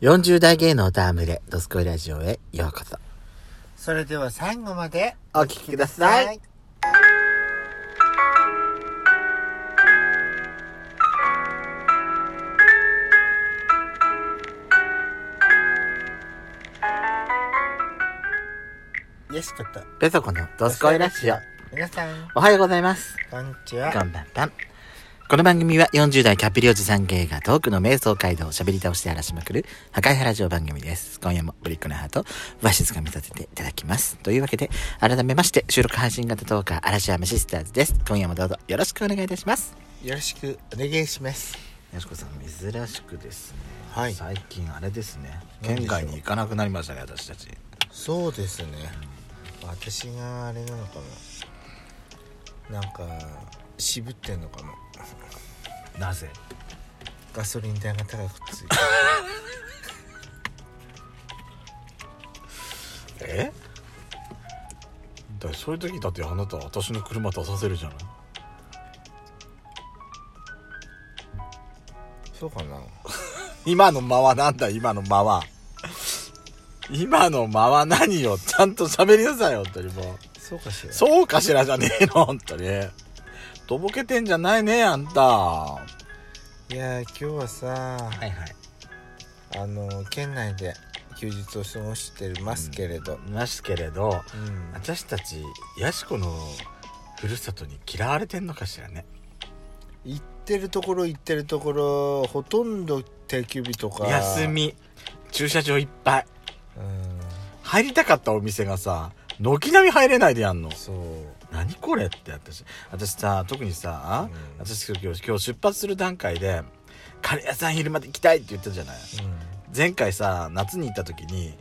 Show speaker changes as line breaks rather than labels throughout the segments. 40代芸能ダームでドスコイラジオへようこそ。
それでは最後まで
お聞きください。
よしこと
ペソコのドスコイラジオ。
皆さん
おはようございます。
こんにち
こ
は
んばんはこの番組は40代キャピリおじさん芸がトークの瞑想街道を喋り倒して荒らしまくる破壊原城番組です。今夜もブリックのハートをわしづかみさせていただきます。というわけで、改めまして収録配信型トーカー嵐山シスターズです。今夜もどうぞよろしくお願いいたします。
よろしくお願いします
よしこさん、珍しくですね。
はい
最近あれですね。
何
県
でしょう
外に行かなくなりましたね、私たち。
そうですね私があれなのかななんか渋ってんのかな
なぜ
ガソリン代が高くついて
え
だそういう時だってあなた私の車出させるじゃない
そうかな
今の間はなんだ今の間は今の間は何よちゃんと喋りなさいよ本当にもう
そうかしら
そうかしらじゃねえの本当にとぼけてんじゃないねあんたはい
やー今日はさ、
いはい
あのー県内で休日を過ごしてますけれど、
ますけれど
うん
私たちヤシコのふるさとに嫌われてんのかしらね
行ってるところ行ってるところほとんど定休日とか
休、み駐車場いっぱい
うん、
入りたかったお店がさ軒並み入れないでやんの
そう
何これって私私さ特にさ、
うん
私今日今日出発する段階でカレー屋さん昼まで行きたいって言ったじゃない前回さ夏に行った時に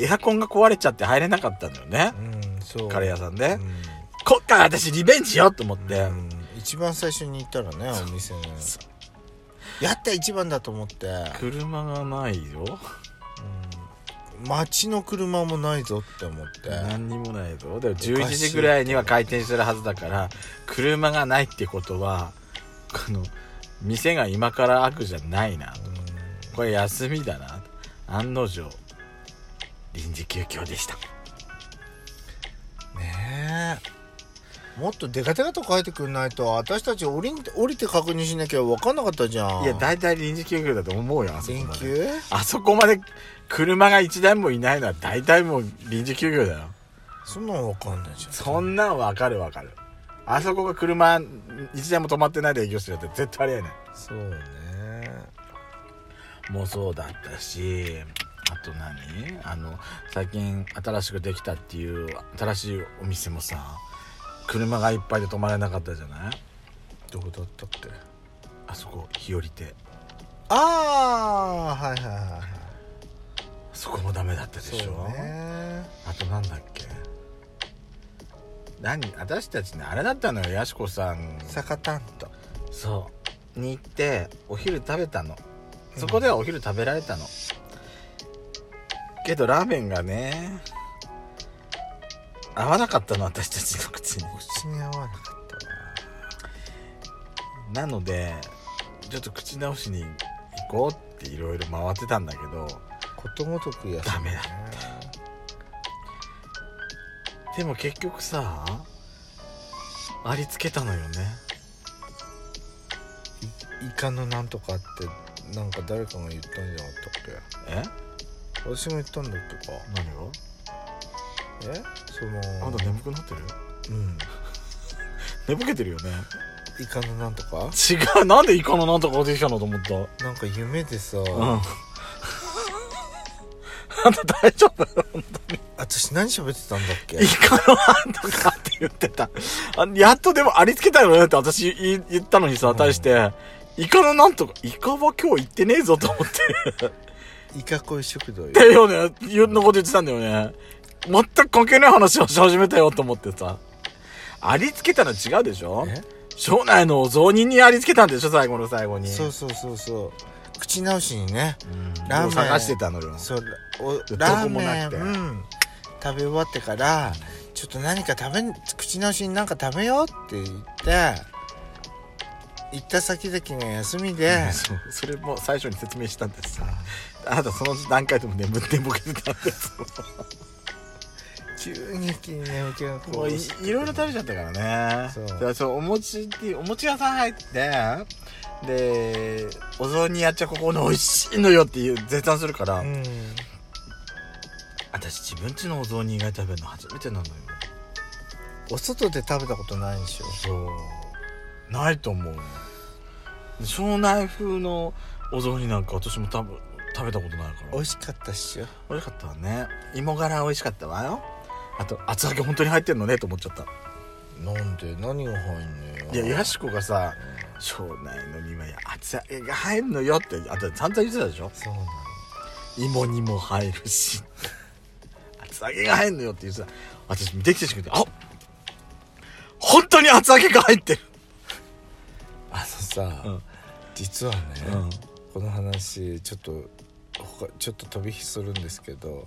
エアコンが壊れちゃって入れなかったんだよね、
うん、うん、そう
カレー屋さんで、
うん
こっから私リベンジよと思って、
うん一番最初に行ったらねお店にやった一番だと思って、
車がないよ
うん、街の車もないぞって思って、
何にもないぞでも
かしい
11時ぐらいには開店してるはずだから車がないってことはこの店が今から開くじゃないなこれ休みだな案の定臨時休業でした
うん、ねえもっとデカデカと書いてくんないと私たち降りん降りて確認しなきゃ分かんなかったじゃん
いや大体臨時休業だと思うよあそこ
連
まで
休
あそこまで車が1台もいないのは大体もう臨時休業だよ
そんなん分かんないじゃん
そんなんわかるわかるあそこが車1台も止まってないで営業してるって絶対ありえない
そうね
もうそうだったしあと何あの最近新しくできたっていう新しいお店もさ車がいっぱいで止まれなかったじゃない
どこだったっけ
あそこ日和亭
ああはいはいはいはい
そこもダメだったでし
そう
ょ、
ね
あとなんだっけ何私たちねあれだったのよやしこさん
酒担当
そうに行ってお昼食べたのそこではお昼食べられたの、けどラーメンがね合わなかったの私たちの口に
口に合わなかった
なのでちょっと口直しに行こうっていろいろ回ってたんだけど
わことごとくや
ダメだでも結局さありつけたのよね
イカのなんとかってなんか誰かが言ったんじゃなかった
え
っけ私も言ったんだっけか
何を
えその
あんた眠くなってる
うん
眠けてるよね
イカのなんとか
違うなんでイカのなんとか出てきたのと思ったうん
なんか夢でさ、
あんた大丈夫
私何喋ってたんだっけ
イカのなんとかって言ってたあやっとでもありつけたよねって私言い言ったのにさ対して、イカのなんとかイカは今日行ってねえぞと思って
イカ恋食堂よ
ってよね、いろんなこと言ってたんだよね。全く関係ない話をし始めたよと思ってさ。ありつけたの違うでしょ
え
庄内のお雑煮にありつけたんでしょ最後の最後に。
そうそうそうそう口直しにね
うん。
ラーメン
を探してたのよ。
そうお
ど
ラー
こも
メ
な
ン、
くて
うん、食べ終わってからちょっと何か食べん口直しに何か食べようって言って行った先々が休みで
そうそれも最初に説明したんですさ。あなたその段階でも眠ってぼけてたんです
急に一気に眠気がこう
もういいろいろ食べちゃったからね
そう
だからそうお餅っていうお餅屋さん入ってでお雑煮やっちゃここの美味しいのよっていう絶賛するから、
うん
私自分ちのお雑煮以外食べるの初めてなのよ
お外で食べたことないんでしょ
そうないと思う庄内風のお雑煮なんか私も多分食べたことないから
美味しかったっしょ
美味しかったわね芋がら美味しかったわよあと厚揚げ本当に入ってんのねと思っちゃった
なんで何が入んのよ
いややしこがさ庄内の庭や厚揚げが入るのよってあと散々言ってたでしょ
そうなの
芋にも入るし 厚揚げが入るのよって言ってた私見てきてしくてあ本当に厚揚げが入ってる、
あのさ、
うん
実はね、
うん
この話ちょっと他ちょっと飛び火するんですけど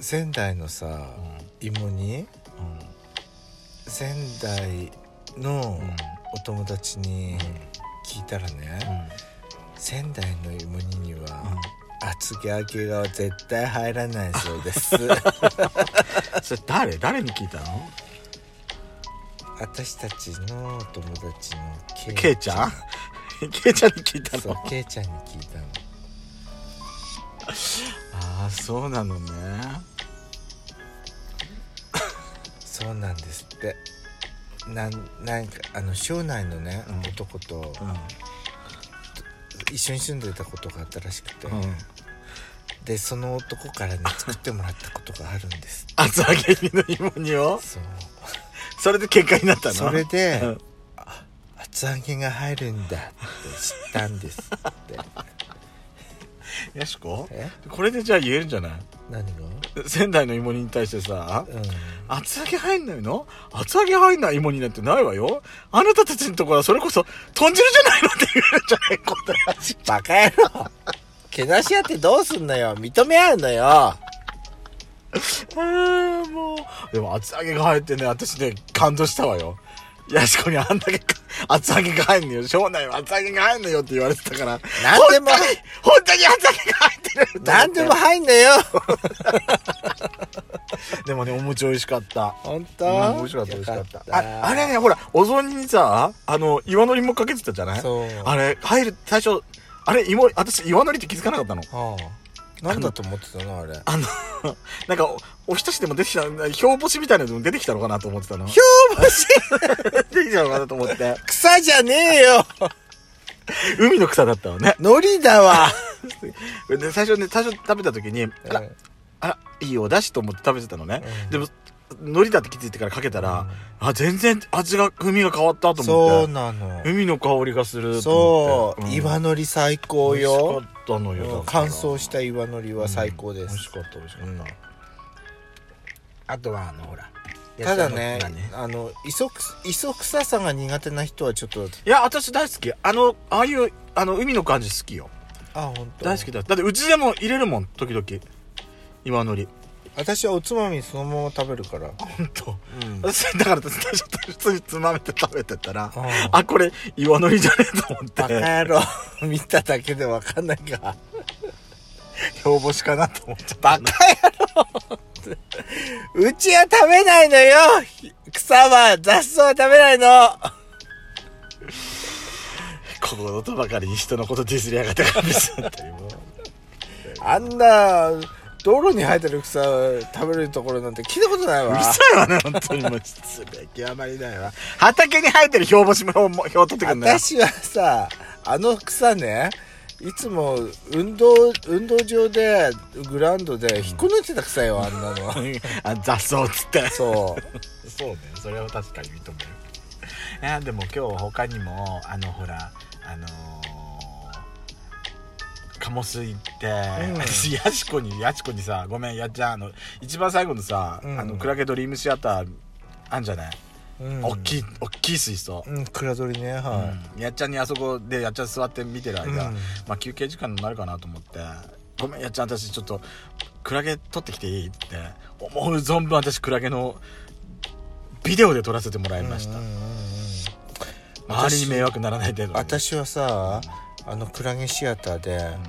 仙台のさ、芋に
うん
仙台の
うん
お友達に
う
聞いたらね、
ん
仙台の芋煮には、厚揚げが絶対入らないそうです
それ誰誰に聞いたの
私たちのお友達の
ケイちゃんケイちゃんに聞いた
そう
の
ケイちゃんに聞いたの
ああそうなのね
そうなんですってなんなんかあの省内のね、
うん
男と
う
一緒に住んでたことがあったらしくて、
ん、うん、
でその男からね作ってもらったことがあるんですって
厚揚げの芋煮を
そう
それで喧嘩になったの
それで、
うん
あ厚揚げが入るんだって知ったんですって
よしこ
え
これでじゃあ言えるんじゃない
何が
仙台の芋煮に対してさ
うん
厚揚げ入んないの厚揚げ入んない芋煮なんてないわよあなたたちのところはそれこそ豚汁じゃないのって言えるんじゃないことらしい
バカ野 郎けなし合ってどうすんのよ認め合うのよ
あーもうでも厚揚げが入ってね私ね感動したわよやしこにあんだけか厚揚げが入んのよ庄内は厚揚げが入んのよって言われてたから
なんでも
本当に本当に厚揚げが入ってると思って
何でも入んのよ
でもねお餅美味しかった
本
う
当
ん美味しかった美味しかった
よか
ああれねほらお雑煮にさあの岩のりもかけてたじゃない
そう
あれ入る最初あれ芋私岩のりって気づかなかったの
はあなんだと思ってたのあれ
あの なんかおおひたしでも出てきた表干しみたいなのでも出てきたのかなと思ってた の
今日もし
出てきたのかなと思って
草じゃねえ よ
海の草だったのね
海苔だわ
で最初ね最初食べた時にあら、
うん
あらいいお出汁と思って食べてたのね、
うん
でも海苔だって気づいてからかけたら、あ全然味が風味が変わったと思
そ
っ
う
て
なの
海の香りがすると思
そ
って
う、
ん
岩のり最高よ
美味しかったのよだ
う
か
ん
ら
乾燥した岩のりは最高です、
美味しかった美味しかった、
うん
あとはあのほら
ただね
野菜の
あの磯く磯臭さが苦手な人はちょっと
いや私大好きあのああいうあの海の感じ好きよ
あ本当
大好きだだってうちでも入れるもん時々今のり
私はおつまみそのまま食べるから、
本当。
うん、
私だから私最初普通につまめて食べてたら
あ
あこれ岩のりじゃねえと思って
バカ野郎 見ただけでわかんないか
表干しかなと思っちゃった
バカ野郎うちは食べないのよ草は雑草は食べないの
ここのとばかりに人のことディスりやがって感じだったよ
あんな道路に生えてる草食べるところなんて聞いたことないうわ
るさいわね本当にもう失礼極まりないわ畑に生えてる表干しも表取ってくんなよ
私はさあの草ねいつも運動運動場でグラウンドで引っこ抜いてた草よあんなの
あ 雑草っつって
そう
そうねそれは確かに認めるいやでも今日は他にもあのほらあのー、カモス行って、
うん
私ヤシコにヤシコにさごめんやっちゃんあの一番最後のさ、
うん
あのクラゲドリームシアターあんじゃない、
うん
おっきいおっきい水槽、
うん蔵取りねは
うんやっちゃんにあそこでやっちゃん座って見てる間、
うん
まあ、休憩時間になるかなと思って「ごめんやっちゃん私ちょっとクラゲ撮ってきていい?」って思う存分私クラゲのビデオで撮らせてもらい
い
ました、
うんうんうん
周りに迷惑ならない程度に
私はさあのクラゲシアターで
うん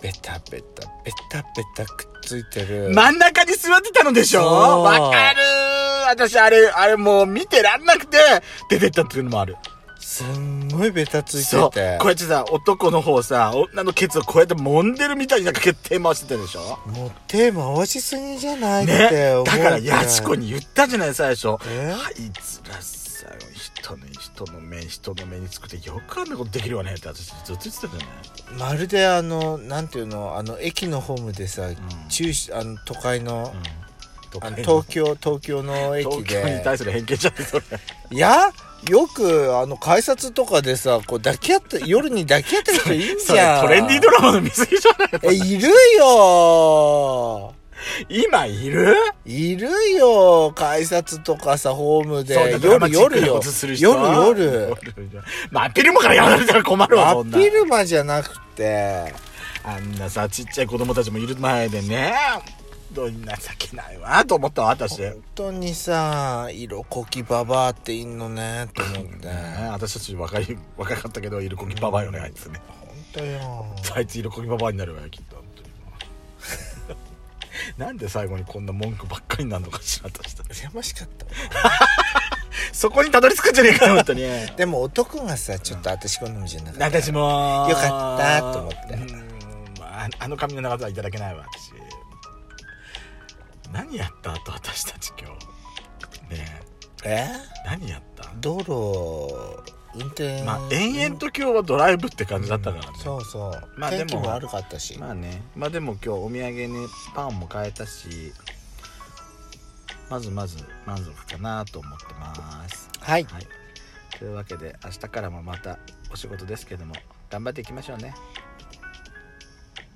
ベタベタベタベタくっついてる
真ん中に座ってたのでしょ
そう
わかるー私あれ、あれもう見てらんなくて、出てったっていうのもある。
すんごいベタつい
そ
て
う。こう
て
やってさ、男の方さ、女のケツをこうやって揉んでるみたいになんか手回してたでしょ
もう手回しすぎじゃないっ
ね
て思う、。
だから、やちこ
に
に言ったじゃない、最初。あ
え
いつらさ、人の、人の目、人の目につくってよくあんなことできるわねって私ずっと言ってたじゃない
まるであのなんていうのあの駅のホームでさ、中あの都会の,、
と
あ
か
の
ね
東京東京の駅
東京に
で
対する偏見じゃない、それ。
いやよくあの改札とかでさこう抱き合って夜に抱き合ってる人いる
そ
じ
れ
ゃん
トレンディードラマの見過ぎじゃない
えいるよ
今いる
いるよ改札とかさホームで
そうだドラマ
夜夜
チックなこ
よ
とする人
夜
は
夜
まあアピールもからやられたら困るわ
真
そ
っ
んな
昼間じゃなくて
あんなさちっちゃい子供たちもいる前でねどう情けないわと思ったわ私ね
本当にさ色こきババアっていんのねと思って
え私たち若い若かったけど色こきババアよねあいつね
本当よ
あいつ色こきババアになるわよきっと本当 になんで最後にこんな文句ばっかりになるのかしら私たち
羨ましかったわ
そこにたどり着くんじゃねえかよ本当に
でも男がさちょっと私好みじゃなかった
私も
よかったと思って
うんまああの髪の長さはいただけないわ私何やったあと私たち今日ね
え
え何やった
道路運転
まあ延々と今日はドライブって感じだったからね、
そうそう、
まあ
天気
でも
も悪かったし、
まあねまあでも今日お土産ねパンも買えたしまずまず満足かなと思ってます
はい
はいというわけで明日からもまたお仕事ですけども頑張っていきましょうね